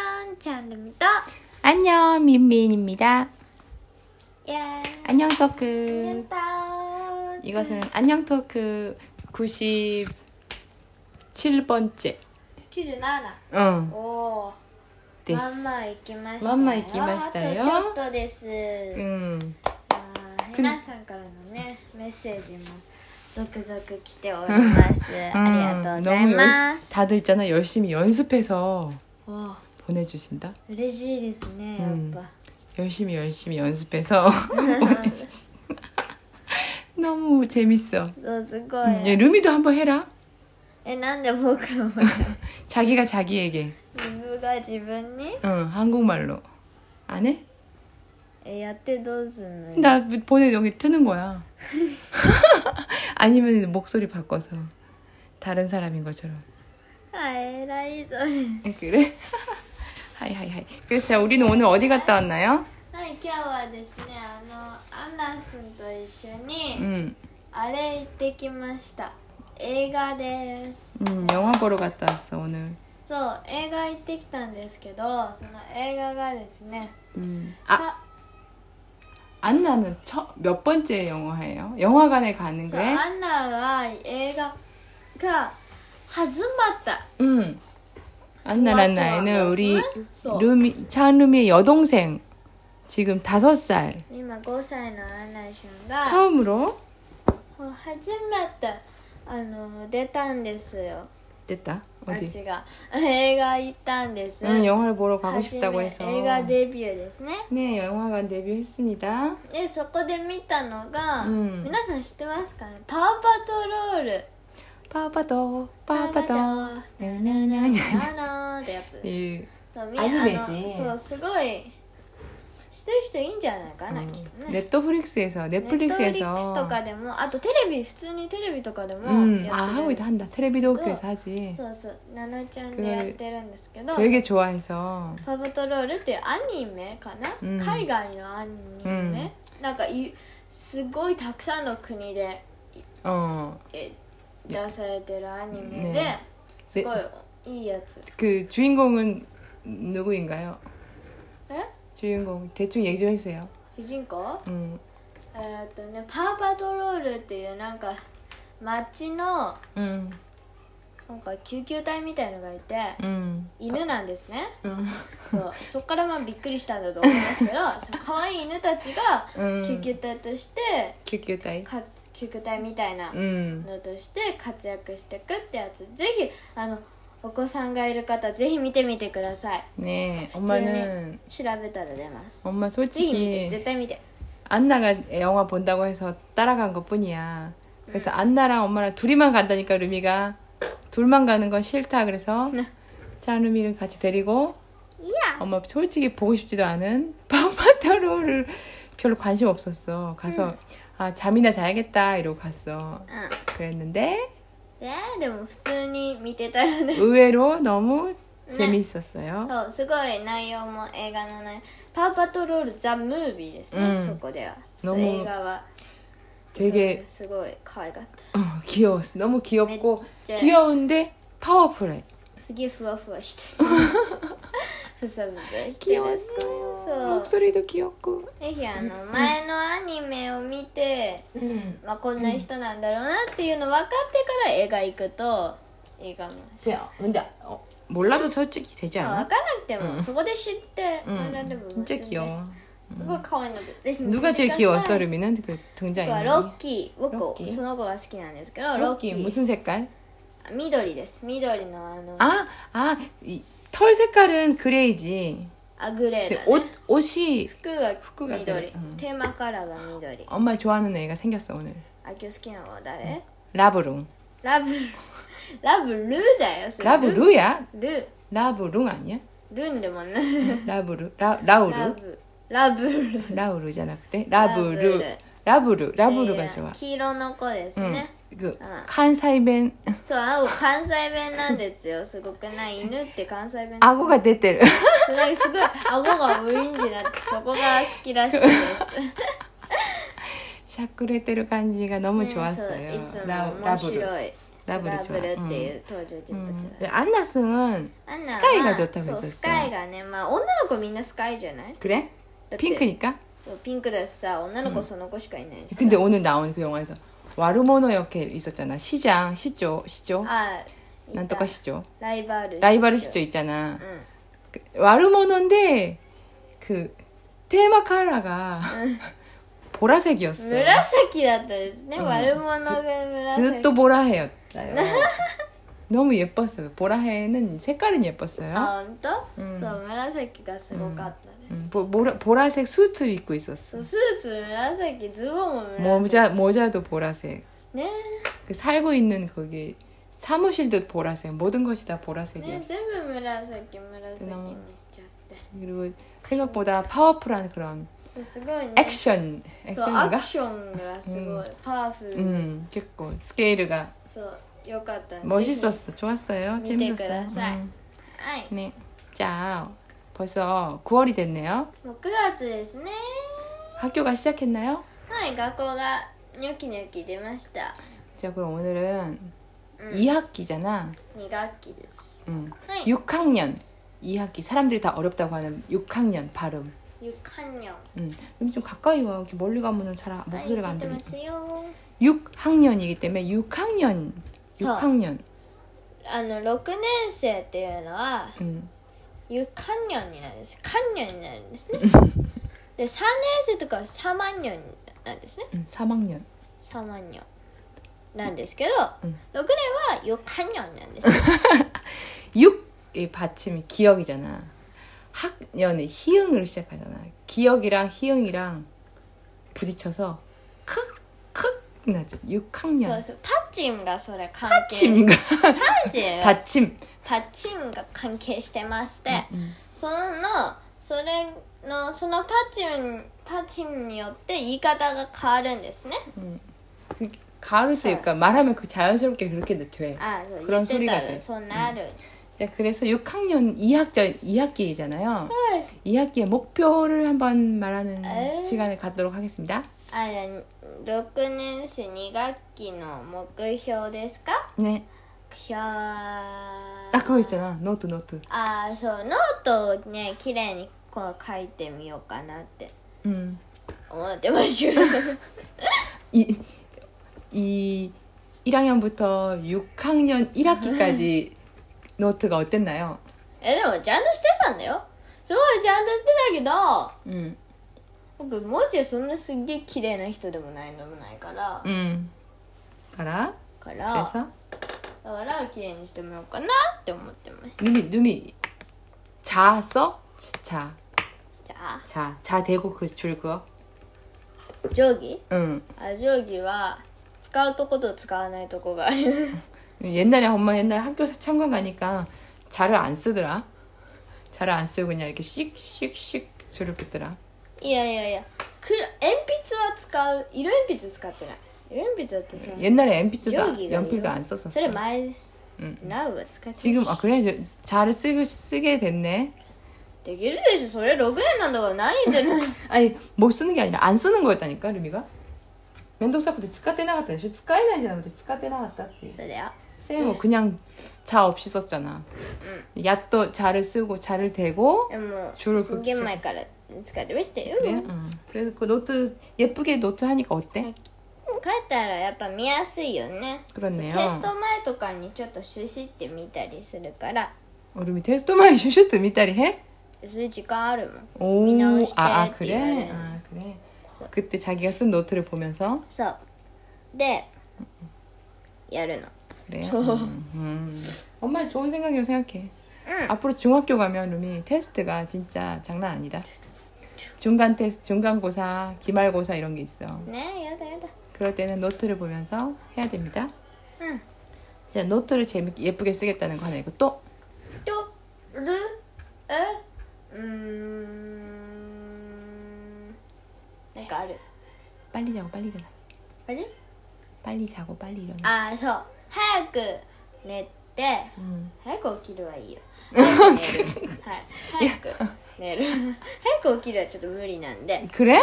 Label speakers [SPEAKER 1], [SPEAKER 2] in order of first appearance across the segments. [SPEAKER 1] 현찬입니다.
[SPEAKER 2] 안녕 민민입니다.
[SPEAKER 1] 예.
[SPEAKER 2] 안녕 토크.
[SPEAKER 1] 안녕.
[SPEAKER 2] 이것은 안녕 토크 97번째.
[SPEAKER 1] 퀴즈 나나.
[SPEAKER 2] うん
[SPEAKER 1] 오.
[SPEAKER 2] で
[SPEAKER 1] ますん。ま行きました
[SPEAKER 2] まんま行きましたよ
[SPEAKER 1] あとちょっとです。
[SPEAKER 2] うん。
[SPEAKER 1] あー皆さんからのねメッセージも続々来ており ます。ありがとうござい
[SPEAKER 2] 너무 열-
[SPEAKER 1] ます。
[SPEAKER 2] 다들 있잖아 열심히 연습해서
[SPEAKER 1] お
[SPEAKER 2] 보내주신다.
[SPEAKER 1] 嬉しいですね。やっ
[SPEAKER 2] うん
[SPEAKER 1] ぱ。
[SPEAKER 2] 열심히 열심히 연습해서 보내주신. 너무 재밌어.
[SPEAKER 1] そうすご
[SPEAKER 2] 음, 예,
[SPEAKER 1] い。
[SPEAKER 2] 루미도 한번 해라.
[SPEAKER 1] えなんで僕も
[SPEAKER 2] 자기가 자기에게.
[SPEAKER 1] 自分が自分に
[SPEAKER 2] 응 한국말로. 안 해?
[SPEAKER 1] えやってどうすんのよ？
[SPEAKER 2] 나 보내 여기 트는 거야. 아니면 목소리 바꿔서 다른 사람인 것처럼.
[SPEAKER 1] あ偉いそれ。
[SPEAKER 2] 그래? 하이 하이 하이. 그래서 자, 우리는 오늘 어디 갔다 왔나요?
[SPEAKER 1] はい、今日はですね、あの、アンナスンと一緒に、
[SPEAKER 2] 음,
[SPEAKER 1] あれ行ってきました。映画です。
[SPEAKER 2] 음, 영화 보러 갔다 왔어 오늘.
[SPEAKER 1] そう、映画行ってきたんですけど、その映画がですね、
[SPEAKER 2] 음. 아
[SPEAKER 1] あ
[SPEAKER 2] 안나는 처, 몇 번째 영화예요? 영화관에 가는
[SPEAKER 1] そう、
[SPEAKER 2] 거예요?
[SPEAKER 1] アンナは映画が始まった。
[SPEAKER 2] 음. 안나라는 아이는 우리
[SPEAKER 1] そう。
[SPEAKER 2] 루미 차은루미의 여동생 지금 다섯 살
[SPEAKER 1] 今5歳のアンナシュン
[SPEAKER 2] 아.
[SPEAKER 1] が、
[SPEAKER 2] 처음으로
[SPEAKER 1] 初めて、あの、出たんですよ。
[SPEAKER 2] 됐다
[SPEAKER 1] あ、
[SPEAKER 2] 어디?
[SPEAKER 1] 違う。 映画行ったんです。
[SPEAKER 2] 응, 영화를 보러 가고
[SPEAKER 1] 初
[SPEAKER 2] 싶다고
[SPEAKER 1] め
[SPEAKER 2] 해서
[SPEAKER 1] 映画デビューですね
[SPEAKER 2] 네 영화관 데뷔했습니다
[SPEAKER 1] でそこで見たのが、
[SPEAKER 2] うん
[SPEAKER 1] 皆さん知ってますかね「パワーパトロール」
[SPEAKER 2] 빠바도 네,
[SPEAKER 1] 「パ
[SPEAKER 2] 빠바도
[SPEAKER 1] ワーパト
[SPEAKER 2] 나나나나
[SPEAKER 1] ロール」なーってや つ
[SPEAKER 2] 이
[SPEAKER 1] そうみ
[SPEAKER 2] アニメじ
[SPEAKER 1] あのそうすごい知ってる人いいんじゃないかな、きっとね
[SPEAKER 2] 어, 넷플릭스에서
[SPEAKER 1] ネットフリックス
[SPEAKER 2] 넷플릭스에서
[SPEAKER 1] とかでもあとテレビ普通にテレビとかでもやってる、
[SPEAKER 2] 음, 아 하고 있다 한다 테레비 도쿄에서 하지
[SPEAKER 1] そうそうナナちゃんでやってるんですけど
[SPEAKER 2] 되게 좋아해서
[SPEAKER 1] パワーパトロールっていうアニメかな、
[SPEAKER 2] うん
[SPEAKER 1] 海外のアニメ、なんかいすごいたくさんの国で
[SPEAKER 2] 어그
[SPEAKER 1] え出されてるアニメで、
[SPEAKER 2] ね
[SPEAKER 1] すごいいいやつ
[SPEAKER 2] 그 주인공은 누구인가요?
[SPEAKER 1] え
[SPEAKER 2] 주인공 대충 얘기 좀 해주세요
[SPEAKER 1] 主人公
[SPEAKER 2] 음,
[SPEAKER 1] えーっとねパワーパトロールっていうなんか街の
[SPEAKER 2] 음,
[SPEAKER 1] なんか救急隊みたいのがいて
[SPEAKER 2] 음,
[SPEAKER 1] 犬なんです ね
[SPEAKER 2] 음,
[SPEAKER 1] そうそっからまあびっくりしたんだと思います けどその可愛い犬たちが
[SPEAKER 2] 음,
[SPEAKER 1] 救急隊として、
[SPEAKER 2] 큐큐다이
[SPEAKER 1] か救急隊みたいな
[SPEAKER 2] 음,
[SPEAKER 1] のとして活躍してくってやつぜひあのお子さんがいる方ぜひ見てみてください
[SPEAKER 2] 네 엄마는
[SPEAKER 1] 調べたら出ます、
[SPEAKER 2] 엄마
[SPEAKER 1] ぜひ見て
[SPEAKER 2] 솔직히
[SPEAKER 1] 絶対見て
[SPEAKER 2] 안나가 영화 본다고 해서 따라간 것 뿐이야. 그래서 안나랑 엄마랑 둘이만 간다니까 루미가 둘만 가는 건 싫다 그래서
[SPEAKER 1] 네.
[SPEAKER 2] 자 루미를 같이 데리고
[SPEAKER 1] いや
[SPEAKER 2] 엄마 솔직히 보고 싶지도 않은 파파타로를 별로 관심 없었어. 가서 아 잠이나 자야겠다 이러고 갔어.
[SPEAKER 1] うん
[SPEAKER 2] 그랬는데
[SPEAKER 1] ででも普通に見てたよね
[SPEAKER 2] 의외로 너무
[SPEAKER 1] 네.
[SPEAKER 2] 재미있었어요.
[SPEAKER 1] そうすごい内容も映画の内容パワーパトロールザ・ムービーですね、
[SPEAKER 2] うん
[SPEAKER 1] そこでは
[SPEAKER 2] 너무
[SPEAKER 1] 映画はそう
[SPEAKER 2] 되게
[SPEAKER 1] すごい可愛かった
[SPEAKER 2] 어, 귀여웠어. 너무 귀엽고
[SPEAKER 1] 네.
[SPEAKER 2] 귀여운데 파워풀해.
[SPEAKER 1] すげえふわふわしてるふさふさしてる
[SPEAKER 2] 귀여웠어요.
[SPEAKER 1] そう
[SPEAKER 2] 목소리도 귀엽고.
[SPEAKER 1] ぜひあの前のアニメを見て、
[SPEAKER 2] 음.
[SPEAKER 1] まあ、こんな人なんだろうなっていうの分かってから映画行くと映画も
[SPEAKER 2] 근데 어, 몰라도 솔직히 되지
[SPEAKER 1] まあ
[SPEAKER 2] 않아?
[SPEAKER 1] 分からなくても、そこで知って、
[SPEAKER 2] 응.
[SPEAKER 1] 学んでも
[SPEAKER 2] 진짜
[SPEAKER 1] 全然
[SPEAKER 2] 귀여워.
[SPEAKER 1] すごい可愛いのでぜひ見てください
[SPEAKER 2] 누가 제일 귀여웠어, 루미는? 그
[SPEAKER 1] 僕
[SPEAKER 2] 등장인물이.
[SPEAKER 1] はロッキー僕
[SPEAKER 2] ロッキー
[SPEAKER 1] その子が好きなんですけどロッキ
[SPEAKER 2] 로키,
[SPEAKER 1] ー
[SPEAKER 2] 무슨 색깔?
[SPEAKER 1] あ緑です緑のあの
[SPEAKER 2] 아, 아, 이, 털 색깔은 그레이지.
[SPEAKER 1] あグレー
[SPEAKER 2] 근데
[SPEAKER 1] だ、ね、
[SPEAKER 2] 옷, 옷이
[SPEAKER 1] 服
[SPEAKER 2] 服
[SPEAKER 1] が
[SPEAKER 2] が
[SPEAKER 1] 緑
[SPEAKER 2] 緑うん
[SPEAKER 1] テーマカラーが緑
[SPEAKER 2] 엄마 좋아하는 애가 생겼어, 오늘.
[SPEAKER 1] あ今日好きなのは誰
[SPEAKER 2] 라브룽.
[SPEAKER 1] ラブルラブルーだ
[SPEAKER 2] 네.
[SPEAKER 1] よそれ
[SPEAKER 2] 라브루야?
[SPEAKER 1] ル
[SPEAKER 2] 라브룽 아니야?
[SPEAKER 1] ルンでもない。
[SPEAKER 2] 라브루, 라, 라우루.
[SPEAKER 1] ラブ。ラブル。
[SPEAKER 2] 라우루잖아, 그때. 라브루. 네.
[SPEAKER 1] 라브루.
[SPEAKER 2] 라브루, 라브루가
[SPEAKER 1] えー
[SPEAKER 2] 좋아.
[SPEAKER 1] 黄色の子ですね。
[SPEAKER 2] 응. 그,
[SPEAKER 1] 아.
[SPEAKER 2] 칸사이벤,
[SPEAKER 1] そう、アゴ関西弁なんですよ。すごくない犬って関西弁。
[SPEAKER 2] 아고가 됐대.
[SPEAKER 1] そうなんかすごい顎がウィンってなって、そこが好きらしいです。
[SPEAKER 2] 샤크레테르 간지가 너무
[SPEAKER 1] ねそう
[SPEAKER 2] 좋았어요.
[SPEAKER 1] いつも
[SPEAKER 2] 라-
[SPEAKER 1] 面
[SPEAKER 2] 라브루.
[SPEAKER 1] 白い。
[SPEAKER 2] ラブル
[SPEAKER 1] スラブル
[SPEAKER 2] 좋아
[SPEAKER 1] っていう登場人物だし、
[SPEAKER 2] 음. 안나승은
[SPEAKER 1] 안나
[SPEAKER 2] 스카이가 좋다고 했었어.
[SPEAKER 1] 스카이가네막女の子みんなスカイじゃない
[SPEAKER 2] 그래?
[SPEAKER 1] だって
[SPEAKER 2] 핑크니까?
[SPEAKER 1] そうピンクだしさ女の子その子しかいないしさ
[SPEAKER 2] 근데 오늘 나온 그 영화에서 와르모노 역에 있었잖아. 시장, 시조, 시조.
[SPEAKER 1] あいた
[SPEAKER 2] 난とか시조.
[SPEAKER 1] ライバル
[SPEAKER 2] 라이벌 아, 시조 있잖아.
[SPEAKER 1] うん
[SPEAKER 2] 그 와르모노인데 그 테마 컬러가 보라색이었어.
[SPEAKER 1] 紫だったですね、
[SPEAKER 2] うん
[SPEAKER 1] 悪者が紫
[SPEAKER 2] ずっと 보라해였어요. 너무 예뻤어요. 보라해는 색깔은 예뻤어요.
[SPEAKER 1] あ本当、
[SPEAKER 2] うん
[SPEAKER 1] そう紫がすごかったね、
[SPEAKER 2] 음, 보, 보라, 보라색 수트를 입고
[SPEAKER 1] そ
[SPEAKER 2] 있었어.
[SPEAKER 1] うスーツ紫ズボンも紫
[SPEAKER 2] 모자, 모자도 보라색.
[SPEAKER 1] ね
[SPEAKER 2] 그 살고 있는 거기 사무실도 보라색. 모든 것이 다
[SPEAKER 1] ね
[SPEAKER 2] 보라색이었어.
[SPEAKER 1] 全部紫紫にしちゃって
[SPEAKER 2] 그리고 생각보다 파워풀한 그런
[SPEAKER 1] そうすごいね
[SPEAKER 2] 액션,
[SPEAKER 1] そうア
[SPEAKER 2] 음. 액션인가?
[SPEAKER 1] クションがすごい、パワフル、
[SPEAKER 2] 음, 됐고 스케일가
[SPEAKER 1] そうよかった
[SPEAKER 2] 멋있었어.
[SPEAKER 1] 밑에
[SPEAKER 2] 좋았어요. 음, 재밌었어요.
[SPEAKER 1] 그라사이.
[SPEAKER 2] 음.
[SPEAKER 1] はい
[SPEAKER 2] 네. 자, 벌써 9월이 됐네요.
[SPEAKER 1] もう9月ですね
[SPEAKER 2] 학교가 시작했나요?
[SPEAKER 1] はい学校がニョキニョキ出ました
[SPEAKER 2] 자, 그럼 오늘은
[SPEAKER 1] 음.
[SPEAKER 2] 2학기잖아.
[SPEAKER 1] 2学期です
[SPEAKER 2] 음.
[SPEAKER 1] はい
[SPEAKER 2] 6학년. 2학기. 사람들이 다 어렵다고 하는 6학년 발음.
[SPEAKER 1] ゆかんにょん
[SPEAKER 2] 음. 여기 좀 가까이 와. 이렇게 멀리 가면은 잘 아-
[SPEAKER 1] はい
[SPEAKER 2] 목소리가
[SPEAKER 1] 出て
[SPEAKER 2] 안 들려.
[SPEAKER 1] ますよ
[SPEAKER 2] 6학년이기 때문에 6학년.
[SPEAKER 1] 서.
[SPEAKER 2] 6학년.
[SPEAKER 1] あの6年生っていうのは
[SPEAKER 2] 음.
[SPEAKER 1] ゆかんにょんになるんですかんにょんになるんです ねで3年生とかはさまんにょんなんですね
[SPEAKER 2] 음. 3학년.
[SPEAKER 1] さまんにょんなんですけど、
[SPEAKER 2] うん
[SPEAKER 1] 6年はゆかんにょんなん ですよ
[SPEAKER 2] 6의 받침이 기억이잖아. 학년은 희응으로 시작하잖아. 기억이랑 희응이랑 부딪혀서 크크 나지. 6학년.
[SPEAKER 1] そうそうパッチンがそれ関係
[SPEAKER 2] 받침인가?
[SPEAKER 1] パッチ
[SPEAKER 2] 네.
[SPEAKER 1] ンが
[SPEAKER 2] 받침.
[SPEAKER 1] パッチンが関係してまして、
[SPEAKER 2] 음.
[SPEAKER 1] そのそれのそのパッチンパッチンによって言い方が変わるんですね
[SPEAKER 2] 그 가을 때니까 말하면 그 자연스럽게 그렇게 돼.
[SPEAKER 1] あそう
[SPEAKER 2] 그런
[SPEAKER 1] 言ってた
[SPEAKER 2] 소리가돼
[SPEAKER 1] らそうなる、
[SPEAKER 2] 자, 그래서 6학년 2학년 2학기잖아요. 2학기의 목표를 한번 말하는
[SPEAKER 1] 에이.
[SPEAKER 2] 시간을 갖도록 하겠습니다.
[SPEAKER 1] あれ6年生2学期の目標ですか
[SPEAKER 2] 네.
[SPEAKER 1] 目標あ
[SPEAKER 2] 딱 그거 있잖아. 노트 노트.
[SPEAKER 1] あーそうノートをね綺麗にこう書いてみようかなって
[SPEAKER 2] 음.
[SPEAKER 1] 思ってま した
[SPEAKER 2] 이, 이 1학년부터 6학년 1학기까지 노트가 어땠나요?
[SPEAKER 1] えでもちゃんとしてたんだよすごいちゃんとしてた
[SPEAKER 2] 음.
[SPEAKER 1] けど僕文字そんなすっげえ綺麗な人でもないのもないから、
[SPEAKER 2] 음. 알아?
[SPEAKER 1] からだか
[SPEAKER 2] 그래서
[SPEAKER 1] ら綺麗にしてみようかなって思ってます
[SPEAKER 2] 누미 누미 자 써? 자.
[SPEAKER 1] じゃ
[SPEAKER 2] 자. 자 대고 그 줄 그어.
[SPEAKER 1] あ定規
[SPEAKER 2] 응.
[SPEAKER 1] あ定規は使うとこと使わないとこがある
[SPEAKER 2] 옛날에 엄마 옛날 학교 참관 가니까 자를 안 쓰더라. 자를 안 쓰고 그냥 이렇게 씩씩씩 줄을 긋더라.
[SPEAKER 1] いやいやいやく鉛筆は使う色鉛筆使ってない色鉛筆だってさ
[SPEAKER 2] 옛날에 鉛筆도
[SPEAKER 1] 저기가
[SPEAKER 2] 연필도
[SPEAKER 1] 이거?
[SPEAKER 2] 안 썼었어.
[SPEAKER 1] それ前です、
[SPEAKER 2] うん
[SPEAKER 1] ナウは使ってない
[SPEAKER 2] 지금 아 그래 저- 자를 쓰고 쓰게 됐네.
[SPEAKER 1] できるでしょそれ6年なんだから何言って る
[SPEAKER 2] 아니 못 쓰는 게 아니라 안 쓰는 거였다니까 루미가 면도사쿠도 치카떼 나갔다 했어 치카에 나이잖아 근데 치카떼 나갔다
[SPEAKER 1] そうだよ
[SPEAKER 2] 쌤은 뭐 그냥 자 없이 썼잖아 얏도 자를 쓰고 자를 대고
[SPEAKER 1] でも
[SPEAKER 2] チュルク
[SPEAKER 1] すっげえ前から使ってましたよ、
[SPEAKER 2] 그래
[SPEAKER 1] 帰
[SPEAKER 2] 응. 그래서 그 노트 예쁘게 노트 하니까 어때?
[SPEAKER 1] 아, ったらやっぱ見やすいよねテ
[SPEAKER 2] 그렇네요
[SPEAKER 1] スト前とかにちょっとシュシって見たりするから
[SPEAKER 2] 어, 루미 테스토마이 슈슈트 미따리 해?
[SPEAKER 1] そういう時間あるもん
[SPEAKER 2] 오,
[SPEAKER 1] 미나오시테
[SPEAKER 2] 아, 아 그래?
[SPEAKER 1] 띠라는.
[SPEAKER 2] 아 그래
[SPEAKER 1] 써.
[SPEAKER 2] 그때 자기가 쓴 노트를 보면서
[SPEAKER 1] そうでやるの
[SPEAKER 2] 그래요? 음, 음. 엄마 좋은 생각이라고 생각해
[SPEAKER 1] うん
[SPEAKER 2] 앞으로 중학교 가면 루미 테스트가 진짜 장난 아니다. 중간 테스트, 중간고사, 기말고사 이런 게 있어.
[SPEAKER 1] ねやだやだ
[SPEAKER 2] 그럴 때는 노트를 보면서 해야 됩니다.
[SPEAKER 1] うん
[SPEAKER 2] 자, 노트를 재밌게 예쁘게 쓰겠다는 거 하나 있고 또
[SPEAKER 1] とるえうーんなんかある
[SPEAKER 2] 빨리 자고 빨리 일어나.
[SPEAKER 1] あれ
[SPEAKER 2] 빨리 자고 빨리 일어나.
[SPEAKER 1] あーそう早く寝て
[SPEAKER 2] 음.
[SPEAKER 1] 早く起きるはいいよ早 く寝るはい早く寝る 早く起きるはちょっと無理なんで
[SPEAKER 2] 그래?
[SPEAKER 1] は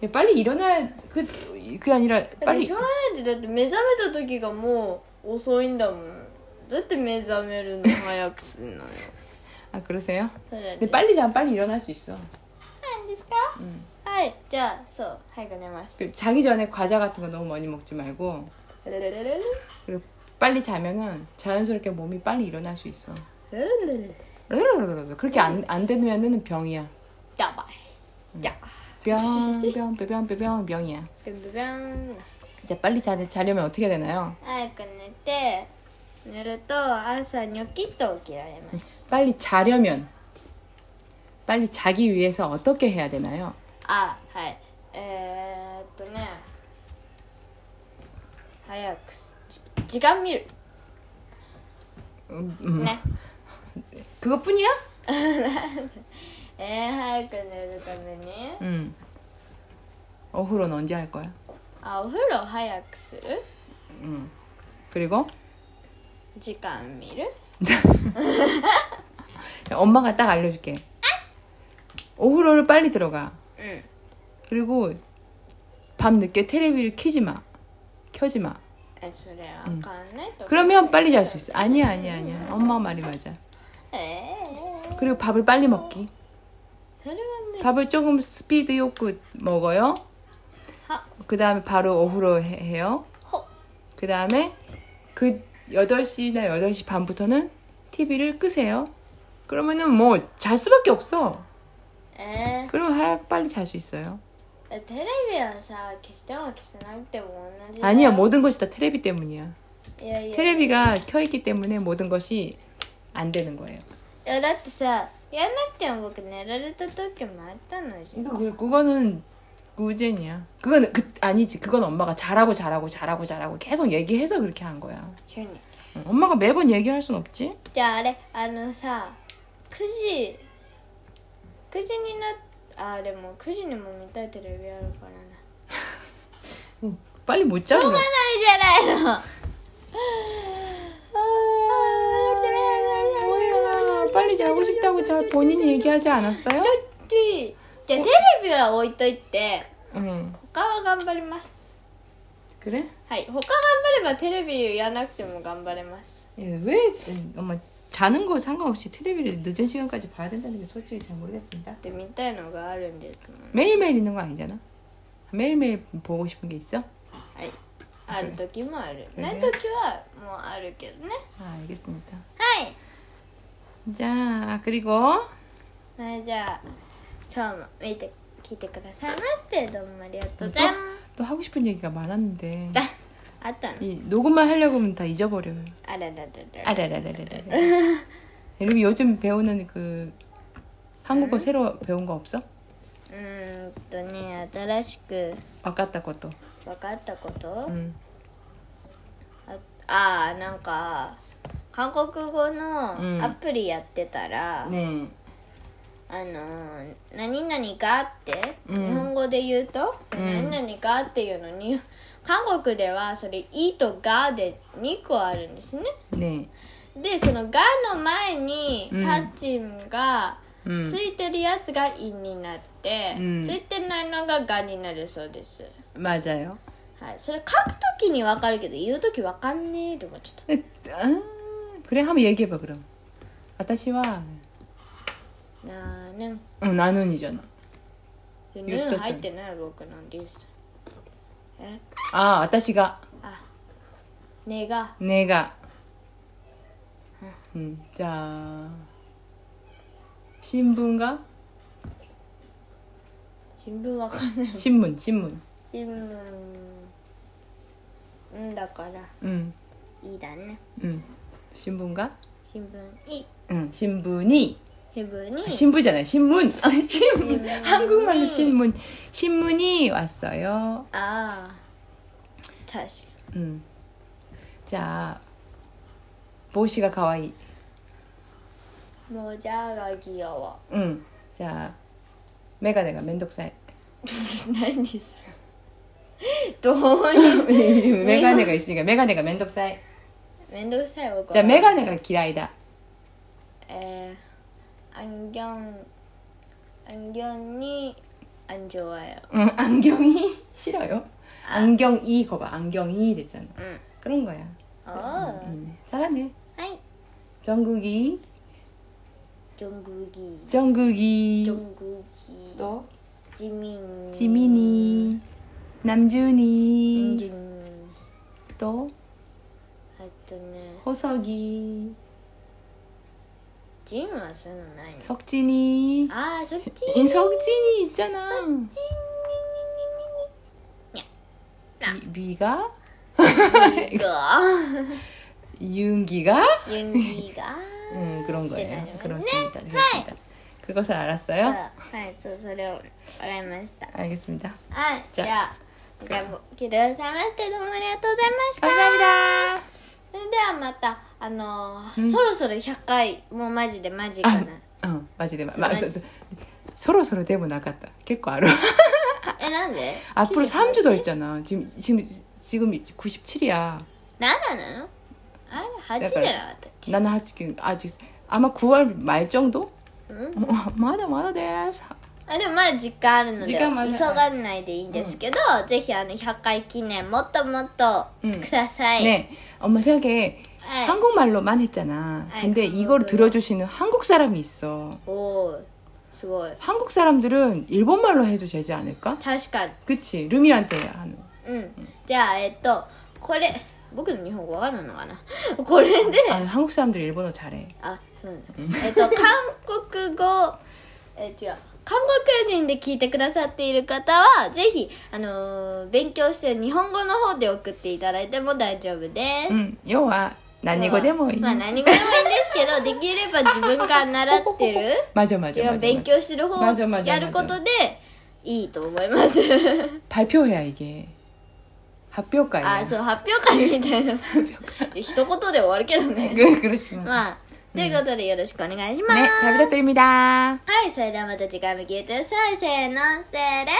[SPEAKER 1] い
[SPEAKER 2] 야, 빨리 일어나야 그 그게 아니라
[SPEAKER 1] だって
[SPEAKER 2] 빨리
[SPEAKER 1] しょうがないってだって目覚めた時がもう遅いんだもんどうやって目覚めるの早くすんのよ
[SPEAKER 2] 아 그러세요?
[SPEAKER 1] そうだ
[SPEAKER 2] 근데
[SPEAKER 1] ね
[SPEAKER 2] 빨리 자면 빨리 일어날 수 있어.
[SPEAKER 1] なんですか
[SPEAKER 2] 음.
[SPEAKER 1] はいじゃあそう早く寝ます
[SPEAKER 2] 그 자기 전에 과자 같은 거 너무 많이 먹지 말고
[SPEAKER 1] 르르르르르.
[SPEAKER 2] 그리고 빨리 자면은 자연스럽게 몸이 빨리 일어날 수 있어.
[SPEAKER 1] 르르르르.
[SPEAKER 2] 르르르르르. 그렇게 안, 안 되면은 병이야.
[SPEAKER 1] 야ばいや
[SPEAKER 2] 병 병 병 병 병이야.
[SPEAKER 1] ビュンビュンビュン
[SPEAKER 2] 이제 빨리 자, 자려면 어떻게 되나요?
[SPEAKER 1] 早く寝て寝ると朝ニョキッと起きられます
[SPEAKER 2] 빨리 자려면 빨리 자기 위해서 어떻게 해야 되나요?
[SPEAKER 1] あはいえー、っとね早くすじ時間見る
[SPEAKER 2] 음, 음.
[SPEAKER 1] 네.
[SPEAKER 2] 그것뿐이야?
[SPEAKER 1] えー、早く寝るために
[SPEAKER 2] 음. 어후로는 언제 할 거야?
[SPEAKER 1] あお風呂早くする
[SPEAKER 2] 음. 그리고
[SPEAKER 1] 時間見る
[SPEAKER 2] 엄마가 딱 알려줄게. 오후로를 빨리 들어가.
[SPEAKER 1] うん
[SPEAKER 2] 그리고 밤 늦게 텔레비를 켜지 마. 켜지 마.
[SPEAKER 1] えそれあかんね、と
[SPEAKER 2] 그러면 빨리 잘 수 있어. 아니야, 아니야, 아니야. 엄마 말이 맞아.
[SPEAKER 1] えー、
[SPEAKER 2] 그리고 밥을 빨리 먹기.
[SPEAKER 1] それは無理
[SPEAKER 2] 밥을 조금 스피드 요구 먹어요.
[SPEAKER 1] 하.
[SPEAKER 2] 그 다음에 바로 오후로 해- 해요.
[SPEAKER 1] ほ
[SPEAKER 2] 그 다음에 그 8시나 8시 반부터는 TV를 끄세요. 그러면은 뭐 잘 수밖에 없어.
[SPEAKER 1] えー、
[SPEAKER 2] 그러면 하얗게 빨리 잘 수 있어요.
[SPEAKER 1] えテレビはさ消しても消せなくても同じだよ
[SPEAKER 2] 아니야, 모든 것이 다 테레비 때문이야.
[SPEAKER 1] いやいや
[SPEAKER 2] 테레비가 켜있기 때문에 모든 것이 안 되는 거예요.
[SPEAKER 1] いやだってさやんなくても僕寝られた時もあったのじゃん
[SPEAKER 2] 그, 그거는 우젠이야. 그건 그, 아니지. 그건 엄마가 잘하고 잘하고 잘하고 잘하고 계속 얘기해서 그렇게 한 거야.
[SPEAKER 1] 一緒に
[SPEAKER 2] 응, 엄마가 매번 얘기할 순 없지.
[SPEAKER 1] じゃああれあのさ9時9時になあでも9時にも見たいテレビあるからな
[SPEAKER 2] 응, 빨리 못 자고.
[SPEAKER 1] ないじゃない の
[SPEAKER 2] 뭐야, 빨리 자고 싶다고 자 본인이 얘기하지 않았어요?
[SPEAKER 1] じゃあテレビは置いといて
[SPEAKER 2] 응.
[SPEAKER 1] 他は頑張ります
[SPEAKER 2] 그래?
[SPEAKER 1] はい他頑張ればテレビやなくても頑張れます
[SPEAKER 2] 예, 왜 음, 엄마 자는 거 상관없이 텔레비를 늦은 시간까지 봐야 된다는 게 솔직히 잘 모르겠습니다.
[SPEAKER 1] で見たいのがあるんですもん
[SPEAKER 2] 매일매일 있는 거 아니잖아. 매일매일 보고 싶은 게 있어?
[SPEAKER 1] はいある時もある
[SPEAKER 2] れ
[SPEAKER 1] ない時はもうあるけどね
[SPEAKER 2] 아, 알겠습니다.
[SPEAKER 1] はい
[SPEAKER 2] 자, 아, 그리고
[SPEAKER 1] それじゃあ今日も見て聞いてくださいましてどうもありがとうございます
[SPEAKER 2] 또 하고 싶은 얘기가 많았는데
[SPEAKER 1] あったの
[SPEAKER 2] 이 녹음만 하려고 하면 다 잊어버려요.
[SPEAKER 1] あららららら
[SPEAKER 2] 아라라라라라. 여러분 요즘 배우는 그 한국어 새로 배운 거 없어?
[SPEAKER 1] うーんとね新しく
[SPEAKER 2] 아깝다 것도.
[SPEAKER 1] 分かったこと、
[SPEAKER 2] 음.
[SPEAKER 1] ああーなんか韓国語のアプリやってたら、
[SPEAKER 2] 네.
[SPEAKER 1] あのー何々があって、
[SPEAKER 2] うん
[SPEAKER 1] 日本語で言うと、何々があっていうのに韓国ではそれ「い」と「が」で2個あるんですね
[SPEAKER 2] 네.
[SPEAKER 1] でその「が」の前に
[SPEAKER 2] うん
[SPEAKER 1] パッチンが
[SPEAKER 2] 음.
[SPEAKER 1] ついてるやつが「い」になって、
[SPEAKER 2] うん
[SPEAKER 1] ついてないのが「が」になるそうです、
[SPEAKER 2] 맞아요.
[SPEAKER 1] はい、それ書くときに分かるけど言うとき分かんねえって思っちゃった
[SPEAKER 2] 아, 그래 한번 얘기해 봐 그럼. 私は
[SPEAKER 1] なーねん
[SPEAKER 2] 응, 나눈이잖아. 言
[SPEAKER 1] ね
[SPEAKER 2] っ
[SPEAKER 1] ん
[SPEAKER 2] とった
[SPEAKER 1] 入ってない僕なんですえ
[SPEAKER 2] 아, 私が
[SPEAKER 1] あねが
[SPEAKER 2] 내가 음, 자. 신분가?
[SPEAKER 1] 新聞わかんない
[SPEAKER 2] 신문, 신문.
[SPEAKER 1] 新聞うんだから
[SPEAKER 2] 음.
[SPEAKER 1] いいだね
[SPEAKER 2] 음. 신분가?
[SPEAKER 1] 新聞いい
[SPEAKER 2] 응, 신분이
[SPEAKER 1] 新聞に
[SPEAKER 2] 아, 신부잖아요. 신문. 아, 신문. 한국말로 신문. 신문이 왔어요.
[SPEAKER 1] ああ確か
[SPEAKER 2] 음. 자. 보시가 가와이.
[SPEAKER 1] にもうじゃあがぎやわ
[SPEAKER 2] 응. 자. 메가네가 면독사이.
[SPEAKER 1] 何ですどう いう
[SPEAKER 2] 메가네가 있으니까 메가네가 면독사이.
[SPEAKER 1] めんどくさい僕
[SPEAKER 2] 자, 메가네가 기라이다.
[SPEAKER 1] えー、アンギョンアンギョンにアンジョワよ
[SPEAKER 2] 응, 아. 안경이 싫어요. 안경 이 거봐. 안경 이 됐잖아. 그런 거야.
[SPEAKER 1] 오
[SPEAKER 2] 음, 잘하네.
[SPEAKER 1] 하이
[SPEAKER 2] 정국이,
[SPEAKER 1] 정국이
[SPEAKER 2] 정국이,
[SPEAKER 1] 정국이
[SPEAKER 2] 또
[SPEAKER 1] 지민
[SPEAKER 2] 지민이, 남준이,
[SPEAKER 1] 지민
[SPEAKER 2] 또
[SPEAKER 1] 아또는
[SPEAKER 2] 호석이,
[SPEAKER 1] 진 와서는 아니
[SPEAKER 2] 석진이.
[SPEAKER 1] 아 석진
[SPEAKER 2] 이 석진이 있잖아. 미- 미가,
[SPEAKER 1] 이거
[SPEAKER 2] 윤기가,
[SPEAKER 1] 윤기가
[SPEAKER 2] 음, 그런 거예요. 네.
[SPEAKER 1] 네,
[SPEAKER 2] 그렇습니다. 그렇습니다. 그것을 알았어요?
[SPEAKER 1] はいそうそれをもらいました
[SPEAKER 2] 알겠습니다.
[SPEAKER 1] はいじ
[SPEAKER 2] じゃあ
[SPEAKER 1] ゃあじゃあもう聞いてくださいましてどうもありがとうございました
[SPEAKER 2] 감사합니다.
[SPEAKER 1] それではまたあのー
[SPEAKER 2] うん
[SPEAKER 1] そろそろ100回もうマジでマジかな
[SPEAKER 2] 아, 어, 맞지, 맞
[SPEAKER 1] 맞-
[SPEAKER 2] 서로 서로 대본 나갔다.結 構ある。
[SPEAKER 1] えなんで
[SPEAKER 2] 앞으로
[SPEAKER 1] 切
[SPEAKER 2] 3주 더 있잖아. 지금 지금 지금
[SPEAKER 1] 7
[SPEAKER 2] 97이야.
[SPEAKER 1] なのあれ8じゃなかったっけ
[SPEAKER 2] 나는 아직 아직 아마 9월 말 정도?
[SPEAKER 1] うん
[SPEAKER 2] 맞아 맞아 데스.
[SPEAKER 1] あでもまだ時間あるので
[SPEAKER 2] 時間まだ
[SPEAKER 1] 急がないでいいんですけど、ぜひあの100回記念もっともっと
[SPEAKER 2] うん
[SPEAKER 1] ください、
[SPEAKER 2] 네. 엄마 생각해.
[SPEAKER 1] はい
[SPEAKER 2] 한국말로만 했잖아.
[SPEAKER 1] 아이,
[SPEAKER 2] 근데 이걸
[SPEAKER 1] 한국어로.
[SPEAKER 2] 들어주시는 한국 사람이 있어.
[SPEAKER 1] おおすごい
[SPEAKER 2] 한국 사람들은 일본말로 해도 되지 않을까?
[SPEAKER 1] 確かに
[SPEAKER 2] 그치? 루미한테 하는.
[SPEAKER 1] うんじゃあえっとこれ僕の日本語わかるのかな これで
[SPEAKER 2] 아, 한국 사람들 일본어 잘해.
[SPEAKER 1] あそうなんだえっと韓国語え違う韓国人で聞いてくださっている方はぜひ、あのー勉強して日本語の方で送っていただいても大丈夫です、
[SPEAKER 2] 응. 요와 난이고 데모.
[SPEAKER 1] まあ何語でもいいんです けどできれば自分が習 ってる
[SPEAKER 2] 맞아 맞아
[SPEAKER 1] 自分が
[SPEAKER 2] 맞아.
[SPEAKER 1] 勉
[SPEAKER 2] 맞아.
[SPEAKER 1] 強してる方
[SPEAKER 2] まじょま
[SPEAKER 1] を
[SPEAKER 2] じょ
[SPEAKER 1] や
[SPEAKER 2] まじょ
[SPEAKER 1] ることでいいと思います
[SPEAKER 2] 발표해야 이게. 합격가야.
[SPEAKER 1] あそう発表会みたいな一言で終わるけどね
[SPEAKER 2] 그, 그렇지만.
[SPEAKER 1] まあということでよろしくお願いします、
[SPEAKER 2] 네, 잘 부탁드립니다.
[SPEAKER 1] はい、それではまた次回も聞いてください。せーの、せーで、